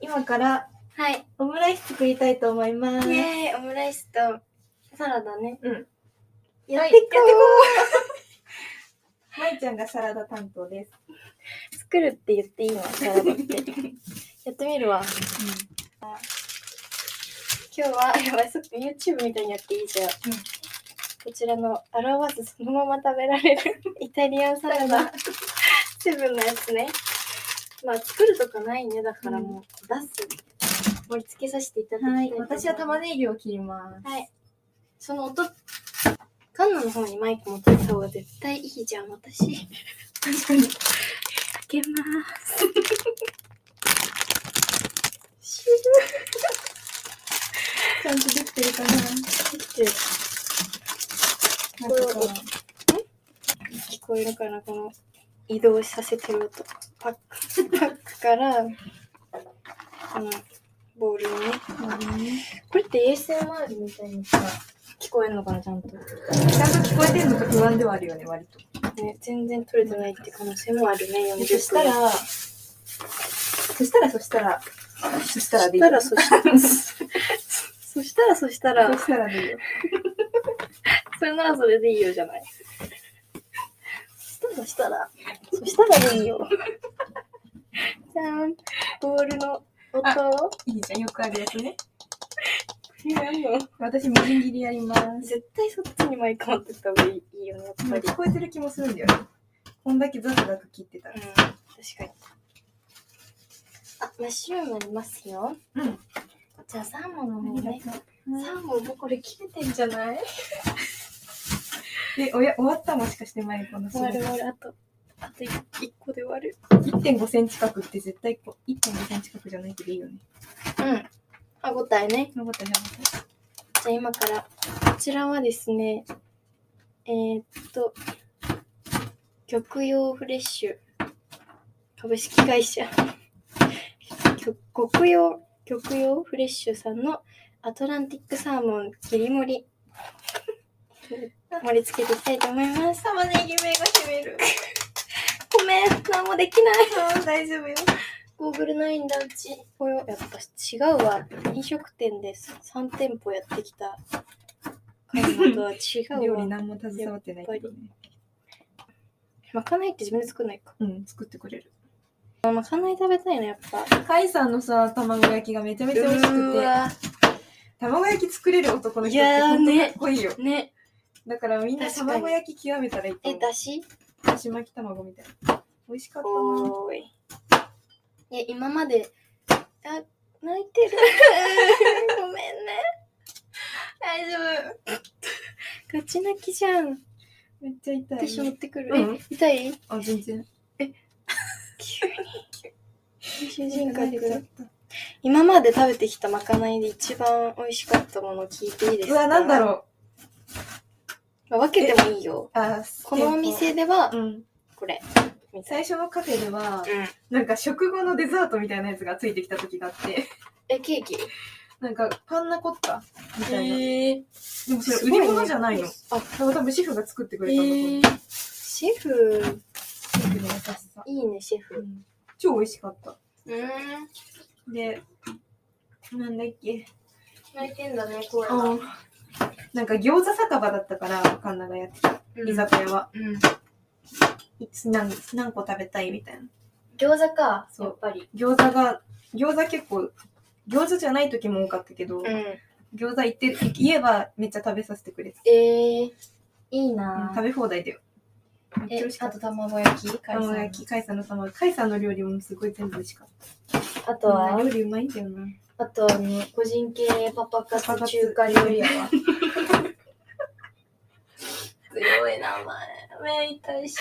今からはい。オムライス作りたいと思います。イエーイ、オムライスとサラダね。うん。やはっいてこまいちゃんがサラダ担当です。う作るって言っていいのサラダって。 やってみるわ。今日は、やばい、そっか、YouTube みたいにやっていいじゃん。こちらの表すそのまま食べられる イタリアンサラダ セブンのやつね。まあ作るとかないね、だからもう出す。盛り付けさせていただきたいはい、私は玉ねねぎを切ります。はい。その音、カンナの方にマイク持ってた方が絶対いいじゃん、私。確かに。開けます。シちゃんとできてるかな。ューっなんてかこ聞こえるから、この移動させてる音。パック、 パックから、このボールをね。ううんこれって ASMR みたいにさ、聞こえるのかな、ちゃんと。ちゃんと聞こえてるのか不安ではあるよね、割と。ね、全然取れてないって可能性もあるね、40分。そしたら、そしたら、そしたら、そしたらでいい。そしたら、そしたら、そしたら、そしたらそ、したらでいいよ。それならそれでいいよじゃない。そしたら、そしたら、そしたらでいいよ。じゃーん、ボールの音を。いいじゃん、よくあるやつね。やんの私、みじん切りやります。絶対そっちにマイク持ってった方がいいよね、やっぱり。聞こえてる気もするんだよね。こんだけザクザク切ってたらうん、。確かに。あ、マッシュルームありますよ。うん。じゃあサーモンの方ね。サさーモンもこれ切れてんじゃないで、おや終わったもしかして、マイコの仕終わる終事。わる、あと、あと1個で終わる。 1.5センチ角って絶対こう、1.5センチ角じゃないけどいいよね。うん。歯ごたえね。よかった、よかった。じゃあ今から、こちらはですね、えー、っと、玉用フレッシュ株式会社、極極用、極用フレッシュさんのアトランティックサーモン切り盛り、盛り付けていきたいと思います。玉ねぎ目が閉める。ごめん、何もできない。うん、大丈夫よ。ゴーグルないんだうち。これやっぱ違うわ。飲食店です。3店舗やってきた感とは違 う料理わ。何も携わってないけどね。まかないって自分で作んないか。うん、作ってくれる。あまかない食べたいな、やっぱ。カイさんのさ、卵焼きがめちゃめちゃ美味しくて、卵焼き作れる男の人ってほんとかっこいいよ。て。ね。だからみんな確かに卵焼き極めたらいいとえ、思だしう。だし巻き卵みたいな。美味しかったな。おーい。え、今まで、あ、泣い てる。ごめんね。大丈夫。ガチ泣きじゃん。めっちゃ痛い。私持ってくる。うんえ、痛いあ、全然。急に。主人公でくなっ今まで食べてきたまかないで一番美味しかったもの聞いていいでた。すうかわ、なんだろまあ分けてもいいよ。う。あ、このお店ではう、ん。これ。みたい最初のカフェでは、な。うん。なんか食後のデザートみたいなやつがついてきた時があって、 え、ケーキなんかパンナコッタみたいな。えでもそれ売り物じゃないの。あ、多分シェフが作ってくえれたんだと思う。ーシェフ、シェフの優しさ。いいね、シェフ。超美味しかった。うん。で、なんだっけ。泣いてんだね、声あのなんか餃子酒場だったから、カンナがやってた。居酒屋は。うん。いつ何何個食べたいみたいな。餃子か、そうぱり。餃子が、餃子結構、餃子じゃない時も多かったけど、うん。え餃子行って、言えばめっちゃ食べさせてくれて。ー、いいな食べ放題だよ。めっちゃ美え味し、かあっとた。卵焼き、海卵鮮焼き、カイさんの卵焼き。カイさんの料理もすごい全部美味しかった。あとはみんな料理うまいんだよな。あとあの個人系パパ活中華料理 屋は強い名前目痛いし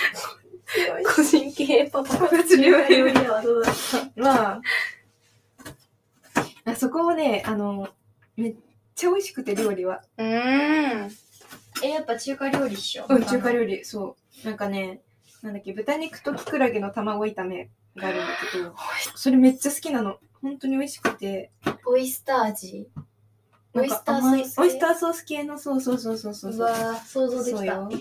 強い個人系パ パ活中華料理屋はどうだったまあ、あそこもね、あの、めっちゃ美味しくて料理は。うーんえやっぱ中華料理っしょうん、中華料理、そう。なんかね、なんだっけ、豚肉とキクラゲの卵炒めがあるんだけど、それめっちゃ好きなの。本当に美味しくて。オイスター味オなんイかスターソ甘いース系オイスターソース系の、そうそうそうそうそうう。わー想像でそうきたよ。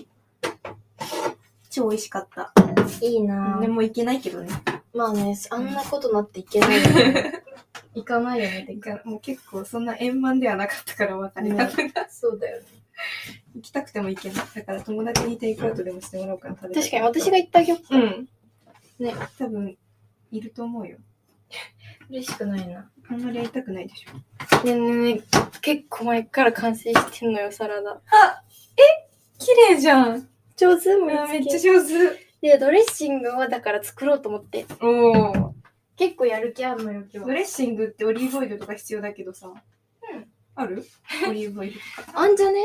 超美味しかった。いいなでーもいけないけどね。 まあねあんなことなっていけないよね行かないよねっててかもう結構そんな円満ではなかったから別れ たのが、そうだよね行きたくても行けないだから友達にテイクアウトでもしてもらおうかな確確かに私が行った曲うんね多分いると思うよ嬉しくないなあんまり会いたくないでしょねえねえねえ結構前から完成してんのよサラダ綺麗じゃん上手もめっちゃゃ上手でドレッシングをだから作ろうと思っておお結構やる気あるのよ今ド日レッシングってオリーブオイルとか必要だけどさ。んあ るオリーブオイル。あんじゃね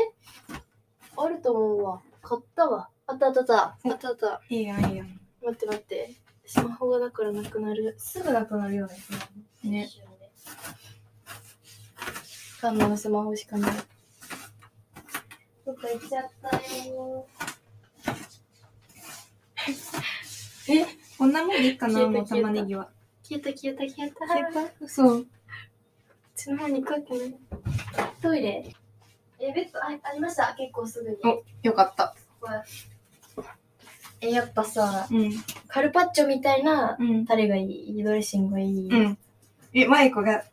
あると思うわ買ったわあったあったあったあったあったいいやんいいやん。待って待ってスマホがだからなくなるすぐなくなるよねスマホね。カンナのスマホしかない。どっか行っちゃったよ。こんなもんでいいかな、消えたもう玉ねぎは。消えた消えた消えた。消えた嘘。うちの方に行くわけない。トイレ。え、ベッドあありました。結構すぐに。およかった。え、やっぱさ、うん。カルパッチョみたいなうん。タレがいい、ドレッシングがいい。うん。え、まゆこが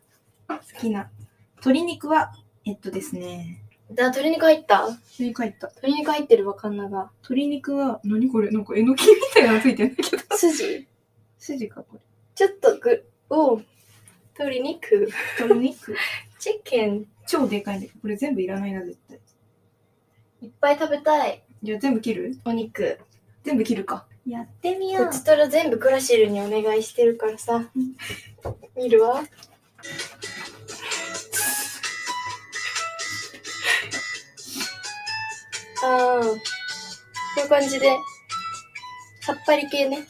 好きな。鶏肉は、えっとですね。だ、鶏肉入った鶏肉入った。鶏肉入ってるわ、かんなが。鶏肉は、なにこれなんかえのきみたいなのついてないけど。筋筋か、これ。ちょっとぐ、お鶏肉。鶏肉。チキン。超でかいんだけど、これ全部いらないな、絶対。いっぱい食べたい。じゃあ全部切るお肉。全部切るか。やってみこちとら全部クラシルにお願いしてるからさ。見るわ。ああ。こういう感じで。さっぱり系ね。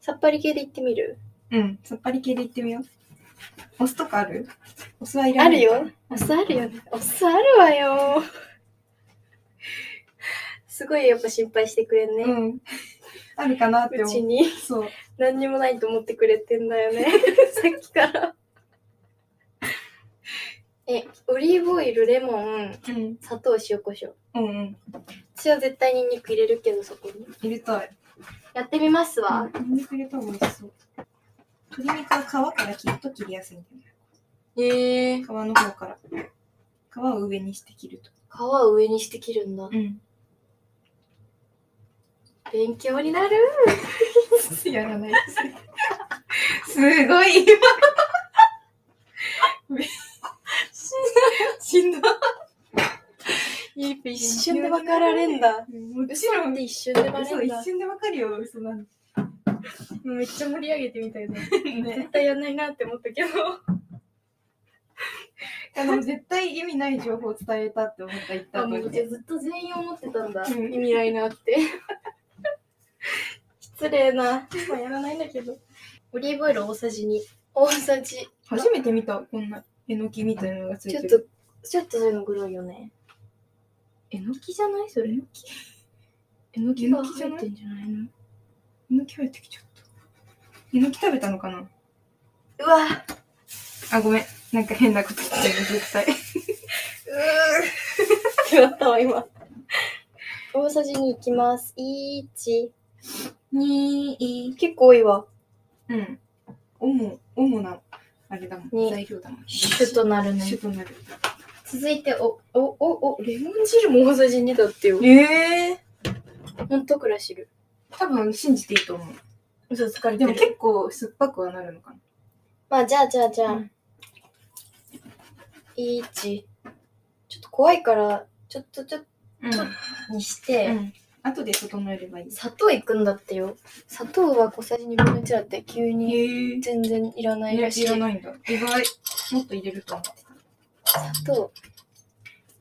さっぱり系でいってみるうん、さっぱり系でいってみよう。お酢とかあるお酢はいらあないるか。よ。お酢あるよね。お酢あるわよ。すごいやっぱ心配してくれんね。うん。 あるかなってう思ちう。に。そう。何にもないと思ってくれてんだよね さっきからえオリーブオイルレモンうん。砂糖塩コショウうんうん。私は絶対にんにく入れるけどそこに入れたい。やってみますわ、あ、ニンニク入れた方が美味しそう。鶏肉は皮から切ると切りやすいんだよね。へえ皮の方から。皮を上にして切ると。皮を上にして切るんだうん。勉強になるやら ないです。すご い今。 しんど一瞬で分かられんだもち嘘ろっんて一瞬でバレ嘘るん一だ瞬でわかるよ、嘘なんて。めっちゃ盛り上げてみたいなね。対やんないなって思ったけどあの、絶対意味ない情報を伝えたって思った、言ったあ後もうにじゃね。あずっと全員思ってたんだ、うん意味ないなって 失礼なもうやらないんだけどオリーブオイル大さじ2大さじ初めて見た、こんな、えのきみたいなのがついちてょっる。とちょっとそういうのグロいよねえのきじゃないそれ。えのきえのききがが入っ入っててんじゃないえのき入ってきちゃった。えのき食べたのかなうわうあ、ごめん。なんか変なこと言ってる、絶対。ー ってなったわ今大さじ2いきます1に結構多いわーうん。主、主な、あれだもん。に材料だもん。シュッとなるねシュッとなる。続いておおおおレモン汁も大さじ2だってよええほんとクラシル多分信じていいと思う。嘘疲れでも結構酸っぱくはなるのかな。まあじゃあじゃあじゃあ、うんいい位置ちょっと怖いからちょっとちょっうんとにして、うん。後で整えればいい。砂糖いくんだってよ砂糖は小さじ2分の1だって急にええ全然いらないらしいいらないんだ。意外。もっと入れると思う。砂糖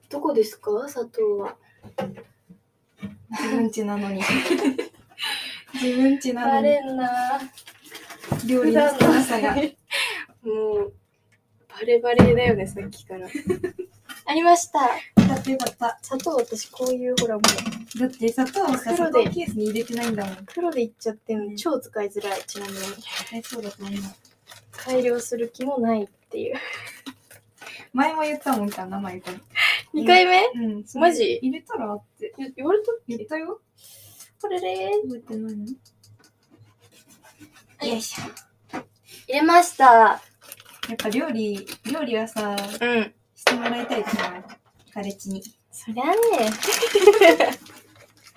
どこですか砂糖は自分家なの に。自分家なのバにレんな料理普の段少のなさが。もうバレバレだよねさっきからありましただってよかった。砂糖私こういうほらもうだって砂糖をさ砂袋で糖ケースに入れてないんだもん。黒でいっちゃってるうのん超使いづらいちなみにえそうだと思う。改良する気もないっていう前も言ったもんかな、前から。 2回目うん。マジ入れたらって言われた言ったよ。これで覚えてないのよいしょ入れましたやっぱ料理、料理はさ、うん。してもらいたいじゃないカレッジに。そりゃね。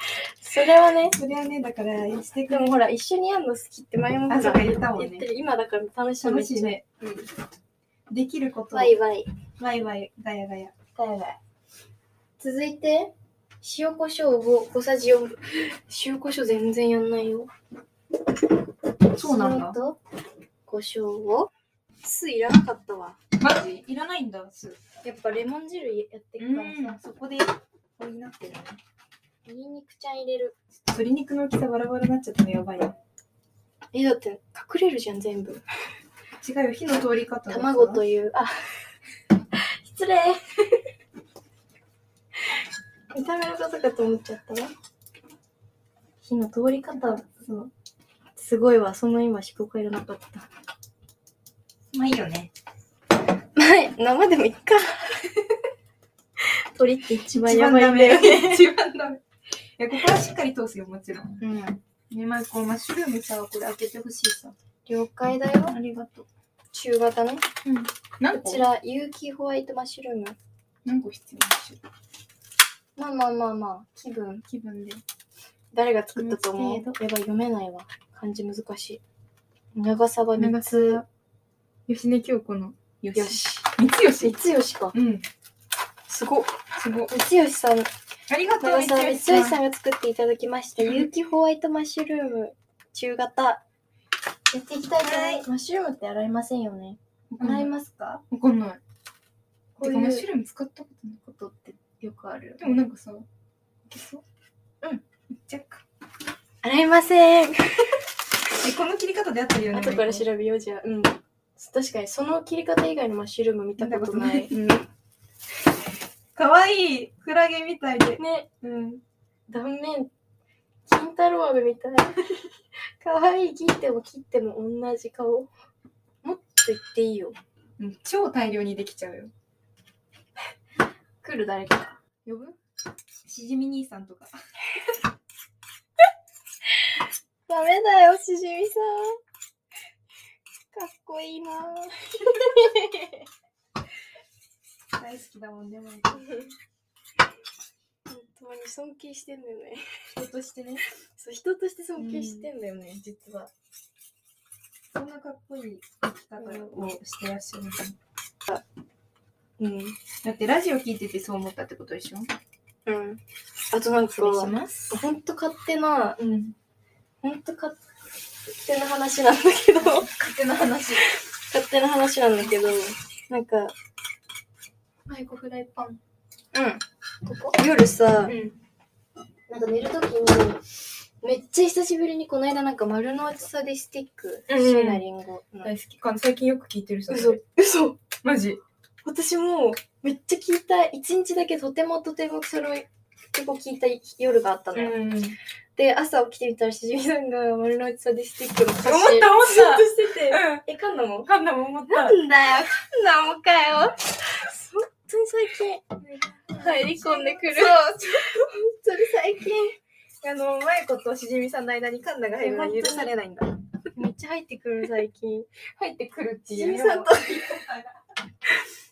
それはね。それはね、だから、してくでれもほら、一緒にやるの好きって前もほらあそうか言ったもんね言ってる今だから楽しい楽しい。ね。めっちゃできるこうんと。わいわい。ワイワイ、ガヤガヤ。わいわい。続いて、塩コショウを5さじ4。塩コショウ全然やんないよ。そうなんだ塩と胡椒を。酢いらなかったわ。マジいらないんだ、酢。やっぱレモン汁やってうくからさ。ん、そこで補ってるね。ニンニクちゃん入れる。鶏肉の大きさバラバラになっちゃったのやばいな。え、だって隠れるじゃん、全部。違うよ、火の通り方だから卵という。あ 失 礼見た目のことかと思っちゃったわ。火の通り方、そう。すごいわ、その今思考がいらなかった。まあいいよね。前、生でもいっか。鳥って一番一や番ばいダんだよね。メ。 一番ダメ。いや、ここはしっかり通すよ、もちろん。うん。ね、まあ、こう、マッシュルームさ、これ開けてほしいさ。了解だよ。ありがとう。中型ね。うん。何こ個ちら、有機ホワイトマッシュルーム。何個必要でしょうまあまあまあまあ、気分。気分で。誰が作ったと思う気やばい、読めないわ。漢字難しい。長さは3つ。さ、吉根京子の。よよし。し。三三吉。吉か。うん。すごっ。すごい。三吉さん、ありがとう、長澤三さん吉さんが作っていただきました、有機ホワイトマッシュルーム中型。やっていきたいと思います。マッシュルームって洗いませんよね。わかん洗ないい。ますか、わかんない。こうてかマッいシュうルーム使ったことない。ことってよくある。でもなんかさ、いけそううん。いっちゃうか。洗いません。え、この切り方で合ってるよね。後から調べようじゃあ。うん。確かに、その切り方以外のマッシュルーム見たことない。 うんかわいいクラゲみたいで。ね、うん。断面、金太郎飴み たい。かわいい。切っても切っても同じ顔。もっと言っていいよ。うん超大量にできちゃうよ。来る誰か。呼ぶしじみ兄さんとか。ダメだよ、しじみさん。かっこいいな。大好きだもんね、マイ本当に尊敬してんだよね。人としてね。そう、人として尊敬してんだよね、実は。そんなかっこいい生き方をしてらっしゃるみたいなうん。だってラジオ聞いててそう思ったってことでしょうん。あとなんか、ます。ほんと勝手な、うん。ほんと勝手な話なんだけど、 勝勝手な話。手な話なんだけど、なんか、マイコフライパン。うん。ここ夜さ、ん。なんか寝るときに、めっちゃ久しぶりにこの間なんか丸の内サディスティック、うんうんシーナリンゴの。大好きか。最近よく聞いてるさ。嘘、嘘。マジ。私もめっちゃ聞いた、一日だけとてもとてもそれを結構聞いた夜があったのよ。ん。思っで、朝起きてみたらしじみさんが丸の内サディスティックの歌詞た思っずっとしてて、た。うん。え、かんだもんかんだも思った。なんだよ、かんだもんかよ。本当に最近、入り込んでくる。それ最近あのマイコとしじみさんの間にカンナが入るのは許されないんだめっちゃ入ってくる最近。入ってくるっしじみさんと、し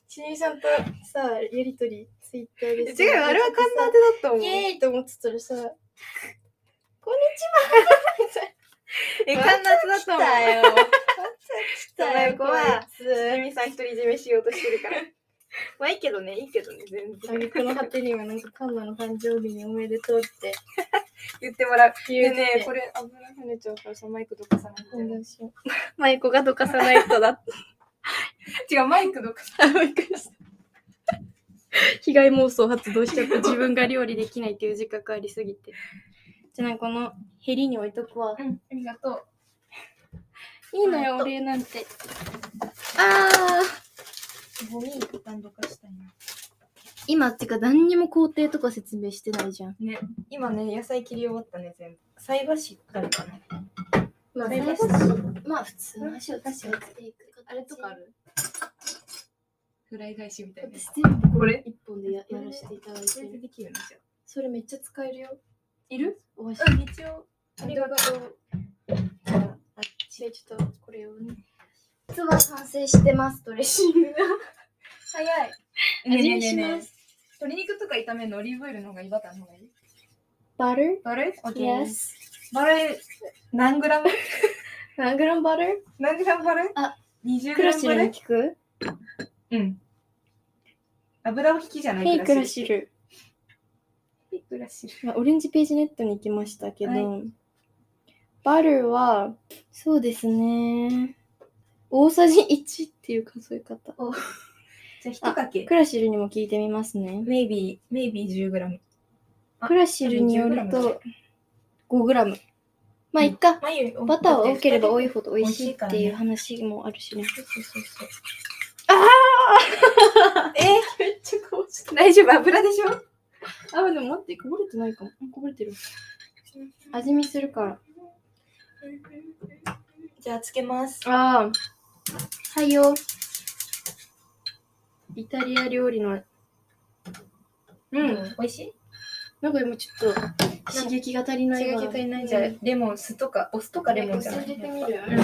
じみさんとさ、やりとり、ツイッターでさ。違うよあれはカンナ当てだと思うイエーイと思ってたらさ、こんにえちはカンナ当てだと思う来たよ。来たよ、この子はこしじみさん独り占めしようとしてるから まあいいけどねいいけどね全いつ。挙句の果てにはなんかカンナの誕生日におめでとうって言ってもらう言でうねねこれ油跳ねちゃうからさマイクどかさないとどうしようマイコがどかさないとだ って。違うマイクどかさ被害妄想発動しちゃった自分が料理できないっていう自覚ありすぎて。じゃあなんかこのヘリに置いとくわ。うんありがとういいのよ、お礼なんて。ああゴミ一旦どかしたいな今ってか何にも工程とか説明してないじゃん。ね今ね野菜切り終わったね全部菜箸誰かなまああ、最初まあ普通の足を出していく。あれとかあるフライ返しみたいなやつ私全部これ一本でややらせていただいてこれでる。できるのじゃそれめっちゃ使えるよ。いるお箸。うん一応ありがとうとう。じゃあちょっとこれをね。実は完成してます、ドレッシングが。早い。味見します。鶏肉とか炒めるのオリーブオイルの方がいいバターの方がいい Butter? バレオッケー Yes. バレ何グラム何グラム butter? 何グラムバレあ、 20クグララムシバルレ聞くうん。油を引きじゃないヘイらクラしシル。いグラシル。まあ、オレンジページネットに行きましたけど、はバルーは、そうですね。大さじ1っていう数え方。じゃあ、一かけ。クラシルにも聞いてみますね。メイビー、メイビー10グラム。あクラシルによると 5g。まあ、うんいっか。まあいいよバターは多ければ多い。いほど美味しいっていう話もあるしね。そうそうそうあえめっちゃこぼし大丈夫、油でしょた。あ、でも待って、こぼれてないかも。こぼれてる。味見するから。じゃあ、つけます。ああ。はいよ。イタリア料理の。う。うんん、美味しいなんか今ちょっと刺激が足りない違わ。うけいないじゃあ、レモン、酢とか、お酢とかレモンじゃないお酢入れてみるやっぱ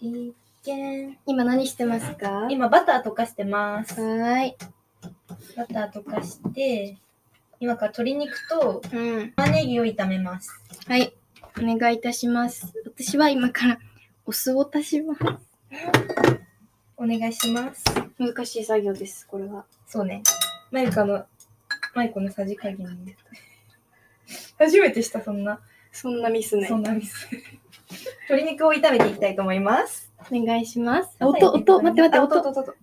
うんいけん今何してますかは今、バター溶かしてます。ーい。バター溶かして、今から鶏肉とうん。玉ねぎを炒めます。はい。お願いいたします。私は今からお酢を足します。お願いします。難しい作業です、これは。そうね。マイカの、マイコのさじ加減に。初めてした、そんな、そんなミスねそ。んなミス。鶏肉を炒めていきたいと思います。お願いします。音、音、待って待って、あ音。音、音。い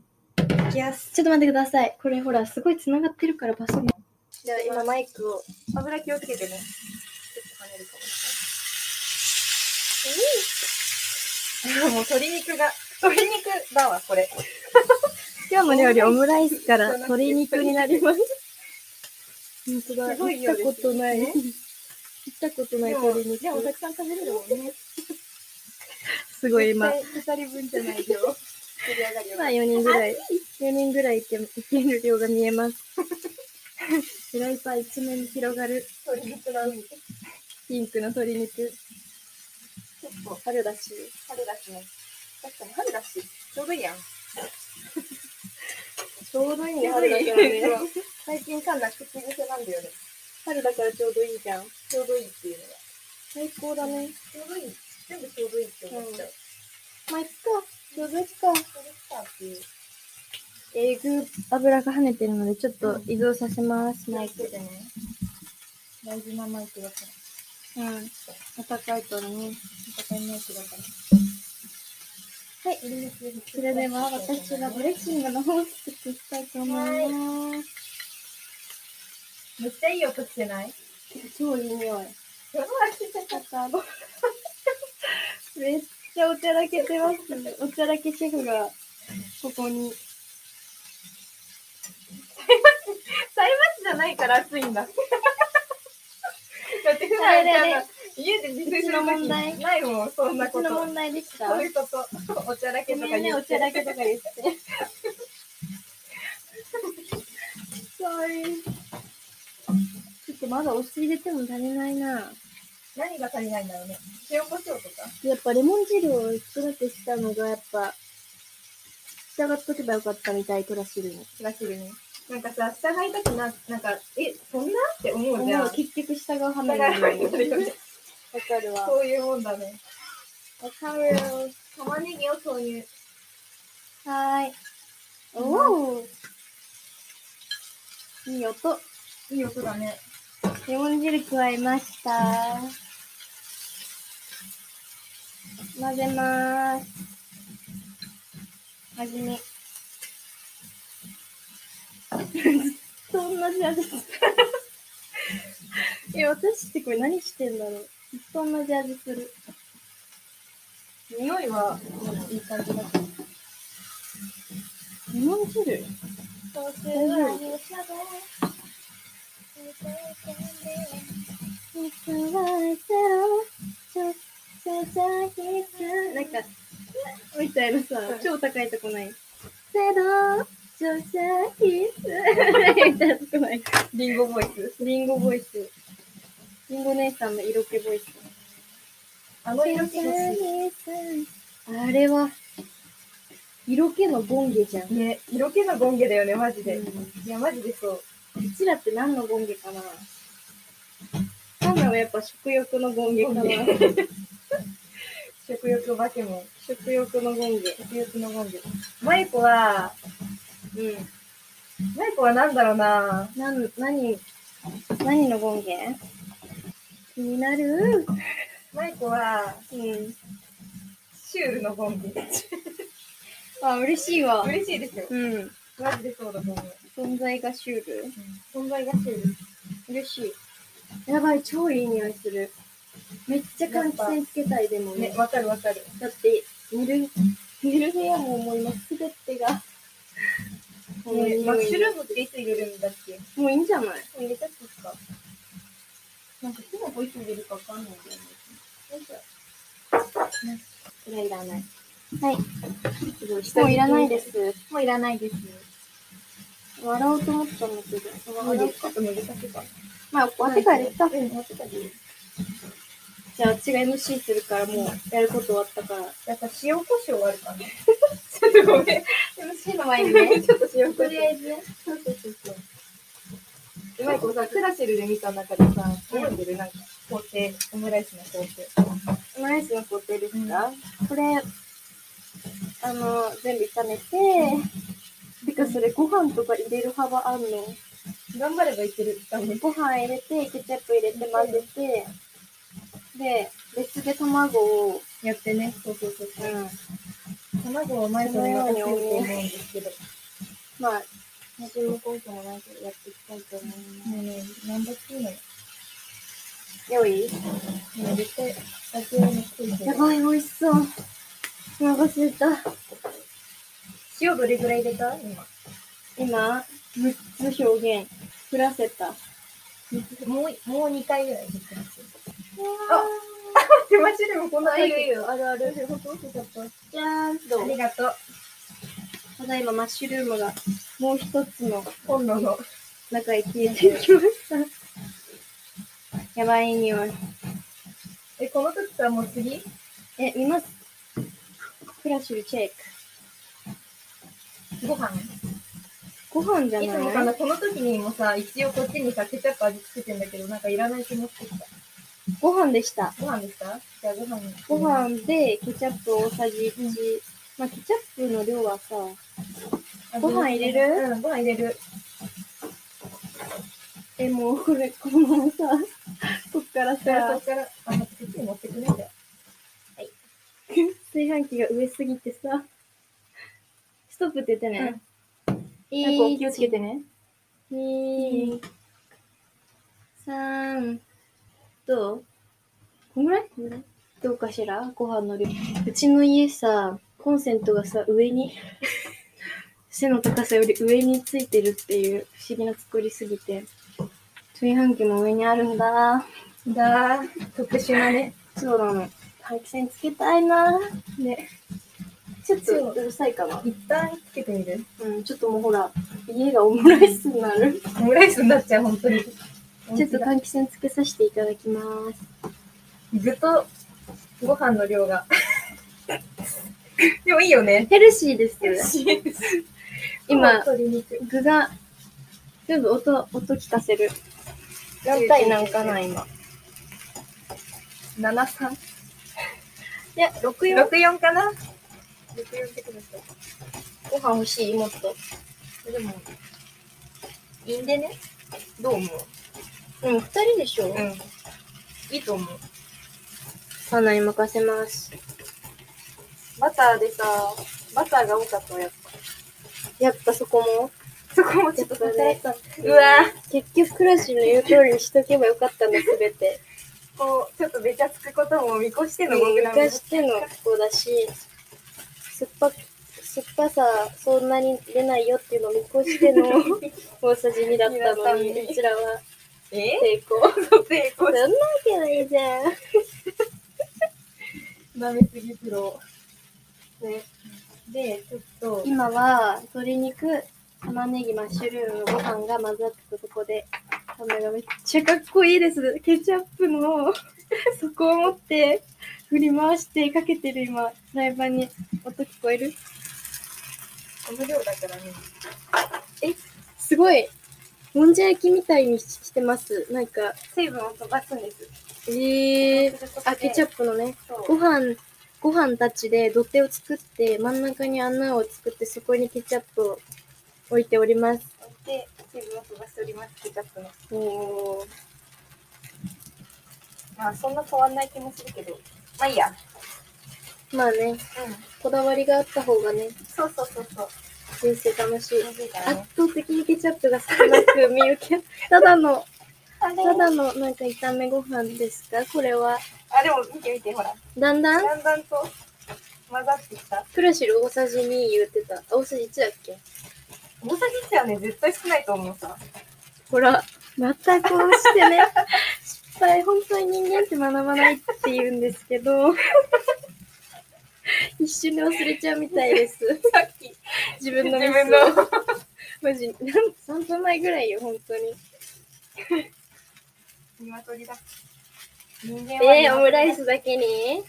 きやす。ちょっと待ってください。これほら、すごい繋がってるから、バスが。じゃあ今マイクを。油気をつけてね。うん もう鶏肉が、鶏肉だわ、これ。今日の料理、オムライスからそうなんです鶏肉になります。 本当だ。すごい量行っですたよことない。行ったことないでも鶏肉。でもたくさん食べれるもんね。すごい今。絶対二人分じゃない 量。盛り上がりまはあ4人ぐらい、4人ぐらいいけいける量が見えます。フライパン一面に広がる鶏肉の海。結ピンクの鶏肉。構春だし。春だしね。確かに春だし、ちょうどいいやん。ちょうどいいね、春春だだかかららねね。最近かな口癖なんだよね。春だからちょうどいいじゃん。ちょうどいいっていうのが。最高だね。ちょうどいい。全部ちょうどいいって思っちゃう。まあ、いっか。ちょうどいいか。それさっていう。えぐ、油が跳ねてるので、ちょっと移動させます、マイク。でね。大事なマイクだから。うん。暖いからね。戦いマイクだから。はい鶏肉をそれでは、私はドレッシングの方を作っていきたいと思います。めっちゃいい音して ない超いい匂い。やばなんかあのめっちゃおちゃらけてます。おちゃらけシェフが、ここに。菜箸じゃないから熱いんだ。 だって普あれ段じだねゃあ家で自炊するうちの問題時ないもんそんなこ私と。のそ問題できた。ういうこと。お茶だけごとかめんね、言おっちて。ゃらけとか言って。そういうちょっとまだお酢入れても足りないな。何が足りないんだろうね。塩コショウとか。やっぱレモン汁を一個だけしたのが、やっぱ、従っとけばよかったみたい、トラシルに。だけるね。なんかさ従いたくななんかえそんなって思うじゃ思ん。う従い結局従うた派なんくだなよねるよねわかるわ。わそういうもんだね。かるよ。玉ねぎを投入。はーい。おお。いい音。いい音だね。レモン汁加えました。混ぜまーす。味見。 ずっと同じ味付け。え、私ってこれ何してんだろう。ずっと同じ味する。匂いはいい感じだ。レモン汁そうするのになんか、みたいなさ、超高いとこない。ゼロ、女子椅子。みたいなとこない。リンゴボイス。リンゴボイス。リンゴ姉さんの色気ボイス。あの色気が好あれは、色気のボンゲじゃん。き。ね、色気のゴンゲだよね、マジで。うんいや、マジでそう。うちらって何のゴンゲかなパンダはやっぱ食欲のゴンゲかなゴン食欲化け物。食欲のゴンゲ。食欲のゴンゲ。マイコは、うマイコはなんだろうな。ん。なん、何、何のゴンゲ気になるマイコは、うん。シュールのゴンゲ。あ、嬉しいわ。嬉しいですよ。うん。マジでそうだと思う。存在がシュール。存在がシュール。嬉しい。やばい、超いい匂いする。めっちゃ換気扇つけたい、でもねね、。わかるわかる。だって、寝る、寝る部屋ももう今すべてが。この匂ね、いマッシュルームっていつ入れるんだっけももういいんじゃないう入れたっけか。なんか、きのこいつ入れるかわかんないんだよね。なんかいらいらない。はい。もういらないです。もういらないです。笑おうと思ったんだけど、そのもう話入れか。も入れたっけか。まあ、終わってからでした。うん、終わってからでいいじゃあ、私が MC するから、もうやること終わったから。なんか塩コショウあるかな。ちょっとごめん。 MC の前にね、ちょっと塩コとシりョウあ。えずね。そうそうそうそう。うまい子さ、クラシルで見た中でさ、覚えてるなんか、工程、オムライスの工程。オムライスの工程ですか、これ、あの、全部炒めて、てかそれご飯とか入れる幅あんの頑張ればいける。多分。ご飯入れて、ケチャップ入れて混ぜて、で、別で卵を、やってね。そうそうそう。そううん、卵を前から任せると思うんですけど、まあ、味も根拠もないけどやっていきたいと思います。もうね、なんだっていうのよ。良いもう絶対、味をね、ついてやる。ばい、美味しそう。お腹すいた。塩どれぐらい入れた今。今、6つ表現。振らせた。あもう、もう2回ぐらい入れてます。手間汁もこんなあいいよいいよあるある。ほんとちょっと。じゃーんありと。がとう。ただいまマッシュルームがもう一つの今度の。中へ消えていきました。やばい匂い。え、この時さ、もう次え、見ます。フラッシュルチェック。ご飯ご飯じゃないいつもかな、この時にもさ、一応こっちにさ、ケチャップ味付けてんだけど、なんかいらない気持ちてきた。ご飯でした。ご飯ですかじゃあご飯に。ご飯でケチャップ大さじ1。まあ、ケチャップの量はさ、あ。ご飯入れるうん、ご飯入れる。え、もうこれ、このままさ、こっからじゃあそさっ、から、あ、こっちに持ってくねんだよ。 炊飯器が上すぎてさ、ストップって言ってね。いなんかお気をつけてね。二、三、どうこんぐらいどうかしらご飯の量。うちの家さ、コンセントがさ、上に、 背の高さより上についてるっていう不思議な作りすぎて、炊飯器も上にあるんだ。だー、特殊なね。そうなの。換気扇つけたいな。ね。ちょっとうるさいかな。一旦つけてみる。うん、ちょっともうほら、家がオムライスになる。オムライスになっちゃう、本当に。ちょっと換気扇つけさせていただきます。具とご飯の量が。 でもいいよね。ヘルシーです。今、鶏肉。具が、全部音、音聞かせる。何対な何んかかなな、今。 7、3。いや、6よ。 64かな ?64 ってください。ご飯欲しい、もっと。でも、いいんでね。どう思ううん、二人でしょうん。いいと思う。パナに任せます。バターでさ、バターが多かったやっやっぱそこも ぱ。そこも。ちょっと偏ったううわ結局、クラシの言う通りにしとけばよかったんだ、すべて。こう、ちょっとべちゃつくことも見越しての僕なの。昔しての子だし、酸っぱ、酸っぱさ、そんなに出ないよっていうのを見越しての大さじ2だったのに、うちらはえ成功。そう成功そんなわけないじゃん。なめすぎプロ。ね、で、ちょっと、今は鶏肉、玉ねぎ、マッシュルーム、ご飯が混ざったとこで、カメラめっちゃかっこいいです。ケチャップの底を持って、振り回してかけてる今、フライパンに音聞こえるこの量だからね。すごい。もんじゃ焼きみたいにしてます。なんか、水分を飛ばすんです。えー、あ、ケチャプ。ップのね。そうご飯、ご飯たちで土手を作って、真ん中に穴を作って、そこにケチャップを置いております。置いて、水分を飛ばしております、ケチャップの。おー。まあ、そんな変わんない気もするけど。まあいいや。うん。まあね、こだわりがあった方がね、そうそうそうそう。人生楽しい。むずいから圧ね。倒的にケチャップが少なく見受 け、ただの、あれただのなんか炒めご飯ですかこれは。あ、でも見て見て、ほら。だんだんだんだんと混ざってきた。プラシル大さじ2言ってた。あ大さじ1だっけ大さじ1はね、絶対少ないと思うさ。ほら、またこうしてね、 失敗、本当に人間って学ばないって言うんですけど、 一瞬で忘れちゃうみたい です。さっき。自分のミス自分のを。マジ、なん3分前ぐらいよ、本当に。鶏だ。人間はえー、オムライス。スだけに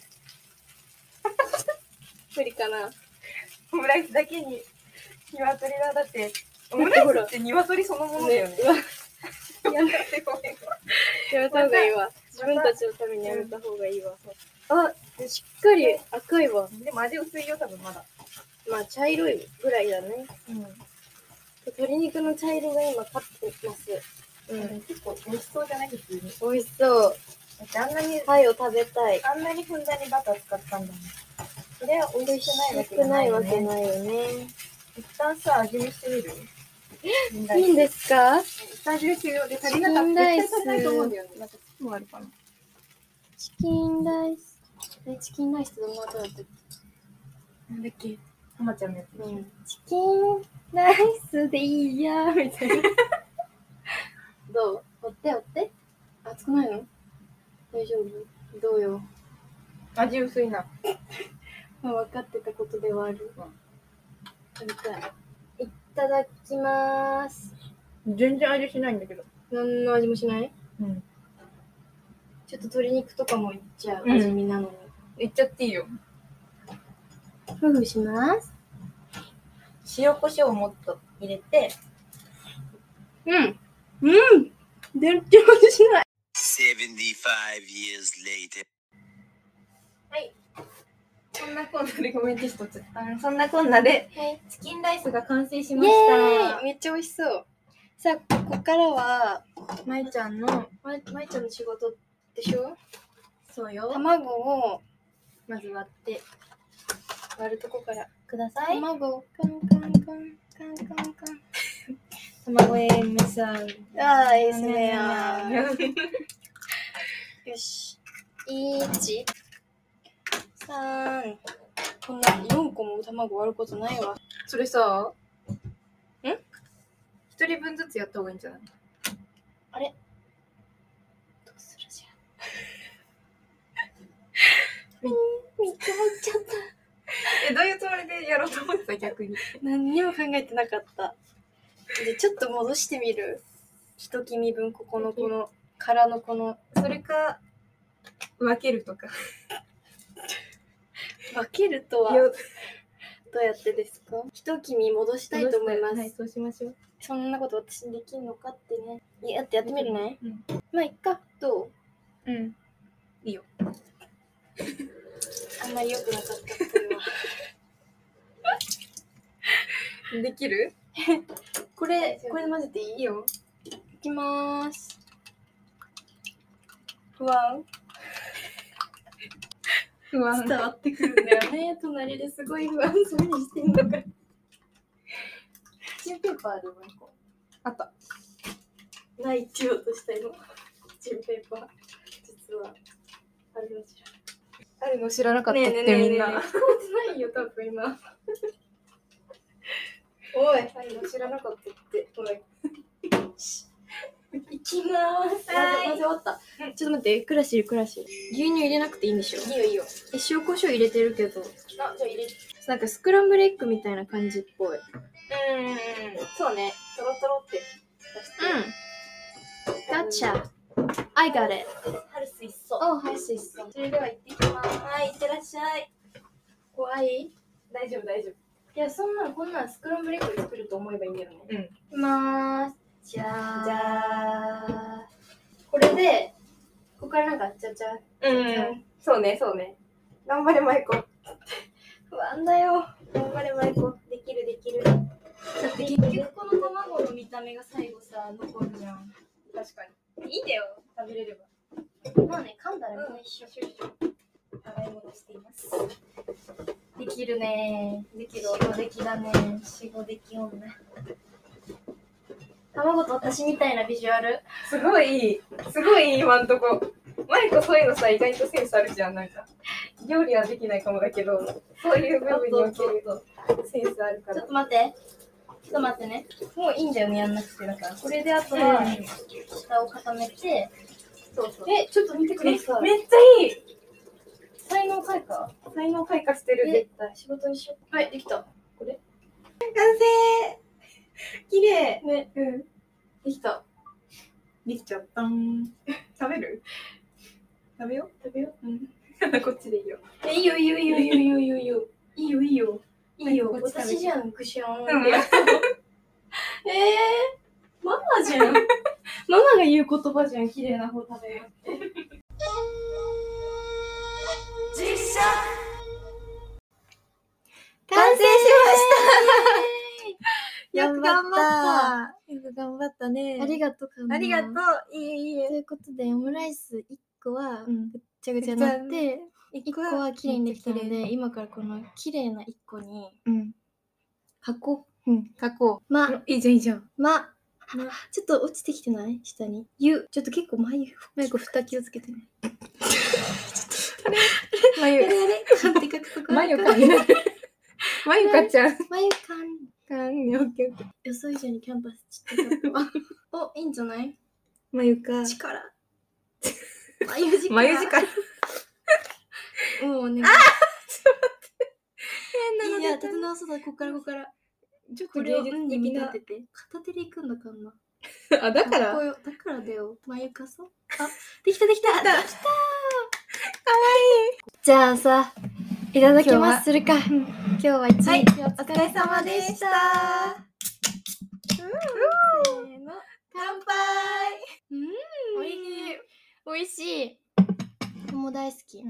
無理かな。オムライスだけに鶏だ。だって、オムライスって鶏そのものだよねね。うわごめんやめた方がいいわ。自分たちのためにやめた方がいいわ。あ、しっかり赤いわ。 でも味薄いよ、多分まだ。まあ、茶色いぐらいだね。うん。鶏肉の茶色が今パッときます。ううん、結構美味しそうじゃない普通に。ん。美味しそう。だってあんなに、パイを食べたい。あんなにふんだんにバター使ったんだもん。それは美美味味しくしないわけくないよわねけないよね。一旦さ、味見してみるみんないいんですかスタジオ終了で足りなかった。絶対足りないと思うんだよね。なんかもうあるかな。チキンライス。え、チキンライスってどんな音だったっけなんだっけハマちゃんのやつ。うん。チキンライスでいいやみたいな。どう追って追って熱くないの大丈夫どうよ。 味薄いな。まあ、分かってたことではあるわ。食べたい。いただきます。全然味しないんだけど。何の味もしないうん。ちょっと鶏肉とかもいっちゃう、うん味見なのに。いっちゃっていいよ。ふふします。塩コショウをもっと入れて、うん。うん全然味しない。 75 years later. そんなこんなで、ごめん、テストつあのそんなこんなで、はい、チキンライスが完成しイました。めっちゃ美味しそう。さあ、ここからは、まいちゃんの、ままいちゃんの仕事でしょそうよ。卵をまず割って割るとこから。ください。卵をカンカンカンカンカンカン。卵エムさん。ああ、いいでですね。よし。1、3、こんな4個も卵割ることないわ。 それさ、ん一人分ずつやった方がいいんじゃないどうするじゃん。み、みっともっちゃった。え、どういうつもりでやろうと思ってた、逆に。何にも考えてなかった。で、ちょっと戻してみる。一気見分、ここのこの、からのこの、それか、分けるとか。分けるとは、どうやってですか一気見戻したいと思います。はい、そうしましょう。そんなこと私できんのかってね。いやってやってみるね。うんまあ、いっか。どううん。あんまり良くなかったこれは。 できるこれ、ここれれ混混ぜぜてていいいいよ。いきまーす。不安不安。伝わってくるんだよね。 隣ですごい不安そうにしてんのか。チューペーパーでもいこあった。う。ないって言おうとしたの。チューペーパー。実は。あれの知らあるの知らなかったねっえねてえねえねえみんな。ないよ、多分今。おい、あれの知らなかったって。おい。いきまーす。はーい混ぜ終わった。ちょっと待って、クラシルクラシル。牛乳入れなくていいんでしょいいよいいよ。え塩コショウ入れてるけどあ、じゃあ入れなんかスクランブルエッグみたいな感じっぽいうん。そうねトロトロって。うんガチャ I got it. 春水槽。 Oh, hi, sis. それでは行ってきます。はい、いってらっしゃい。怖い大丈夫、大丈夫。いや、そんなん、こんなんスクランブルエッグ作ると思えばいいんだよね。いまーす。じゃあ。じゃあ。これで、ここからなんか、じゃじゃん。ううん。そうね、そうね。頑張れ、マイコ。不安だよ。頑張れ、マイコ。できる、できる。だって結局この卵の見た目が最後さ、残るじゃん。確かいいんだよ、食べれれば。まあね、噛んだらもう一緒。洗い物しています。できるねできー。る仕事できだねー。死後でき女。卵と私みたいなビジュアル。すごいいい。すごいいい、今んとこ。マイコそういうのさ、意外とセンスあるじゃん。なんか、料理はできないかもだけど、そういう部分におけるセンスあるかちょらっ。と待って。ちょっと待ってね。もういいんだよね、やんなくて。だから。これであとは、下を固めて、そうそう。え、ちょっと見てください。めっちゃいい才能開花才能開花してる、え絶対。仕事にしよう。はい、できた。綺麗ね、うん。できた。できちゃったん。食べる食べよう食べよううん。 こっちでいいよ。えいいよ、いいよ、いい よ、いいよ、いいよ、いいよ。いいよ、いいよ。いいよ、こっち食べて私じゃん、クッショ ン。うんえー、ママじゃん。ママが言う言葉じゃん、綺麗な方食べようって。完成しましたやったたよく頑張ったねありがとう、カムありがととう。いえいえ。いうことで、オムライス1個はうぐっん。ちゃぐちゃになって、一1個は綺麗にできたので、今からこの綺麗な1個にうん。書こうん。書こう。ま、いいじゃん、いいじゃん。ま、ちょっと落ちてきてない下に。ゆ、ちょっと結構眉、眉こ蓋気をつけてね。あ眉。れあれ勘って書くとこある眉かかになる。 眉かちゃん。眉勘。かんね、オッケーオッケー。予想以上にキャンパスちっちゃか ったわ。お、いいんじゃない眉か。 力。眉力。眉力。も うね。変いや、立て直そうだ、こっからこっから。ちょっことれを芸運術に的見な立。てて。片手でいくんだかんな。あ、だか。からっかこわいよだからだよ。眉かさ。あ、できたできた。できた。じゃあさ、いただきますするか。今日は一はい日おい。疲お疲れ様でした。せーの。乾杯。うん。美味しい。桃も大好き。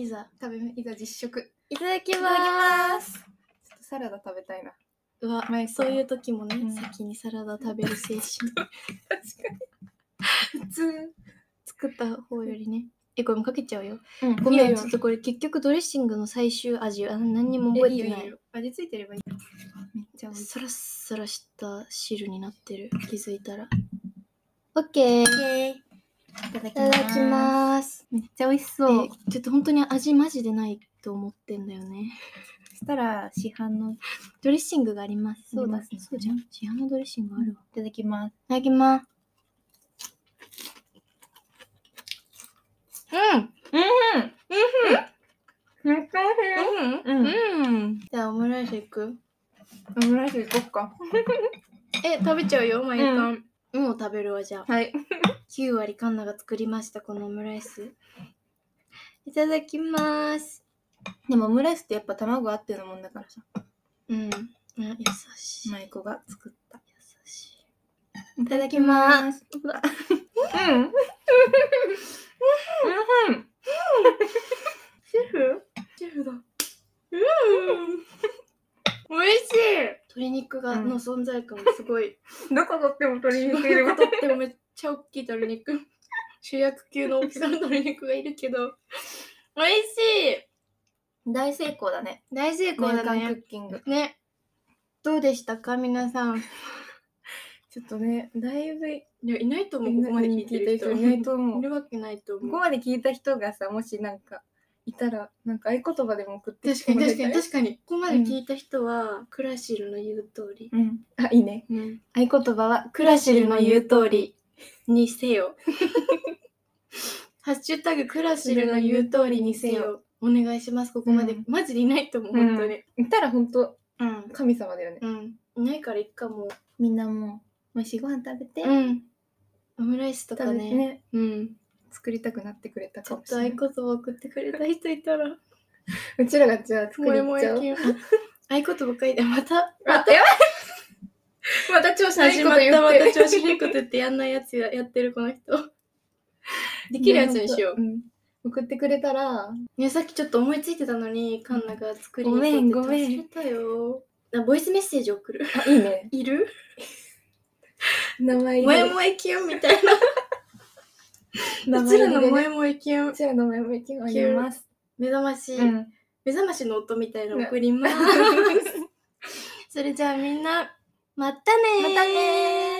いざ。食べいざ実食。いただきいまだきます。ちょっとサラダ食べたいな。す。うわ、そういう時もね、うん先にサラダ食べる精神。確 かに。普通。作った方よりね。え、これもかけちゃうよ。うん、ごめん、ちょっとこれ結局ドレッシングの最終味、あ何にも覚えてない。味ついてればいい。めっちゃ美味しい。そらそらした汁になってる。気づいたら。オッケー。いいただただきす。ます。めっちゃ美味しえそう。ちょっと本当に味マジでないと思ってんだよね。そしたら市販のいドレッシングがあります。そうだ、ありますねそうじゃん。市販のドレッシングあるわ。ただきます。いただきます。うんめっちゃ美うんうんじゃあオムライスいく味しい。オムライス行こっか。え、食べちゃうよ、毎回。もう食べるわ、じゃあ。はい。 9割カンナが作りました、このオムライス。いただきます。でもオムライスってやっぱ卵あってのもんだからさ、うん。あ優しい。優マイコが作った。しいただきます。うわうん。うん。シェフい。シェフだ。美味し鶏肉が、うんの存在感がすごい。い。どこ取っても鶏鶏肉いる 肉とってもめっちゃ大きい鶏肉。 主役級の大きさの鶏肉がいるけど。美味し大成功だね。い大成功だ年間ねク。ッキング。ね。どうでしたか、皆さん。ちょっとね、だいぶいや、いないと思う、こみんこなまで聞にいてる人。いないと思うい。るわけないとこ思こう。まで聞いた人がさ、もしなんかいたら、なんか合言葉でも送って確きかてにもらい確たかいに確かに。ここまで聞いた人は、クラシルの言う通り。うん。あ、いいね。合言葉は、クラシルの言う通りにせよ。 ハッシュタグクラシルの言う通りにせよ。お願いします、ここまで。うんマジでいないと思う、本当に。いたら本当うん。神様だよね。うん。いないからいっかもみんなもう、美味しいご飯食べてう。うん。オムライスと多か分ねねうん作りたくなってくれたちかょっもしとれ合な言い葉送ってくれた人いたらうちらがじゃあ作もりえに行もっちゃえおう系 合言葉書いてまたあやばいまた調子のいい始こまとっ言ってたまた調子いいこと言ってやんないやつややってるこの人できるやつにしよう、ん送ってくれたらね、さっきちょっと思いついてたのにカンナが作りにごめんごめん忘れたよあボイスメッセージ送るあいいね いる名前入萌えれ萌えキュンみたい名前入なうちられのね萌え萌えキュンうちらの名前も決まります目覚まし、うん目覚ましの音みたいなの送ります、それじゃあみんなまたねーまたねー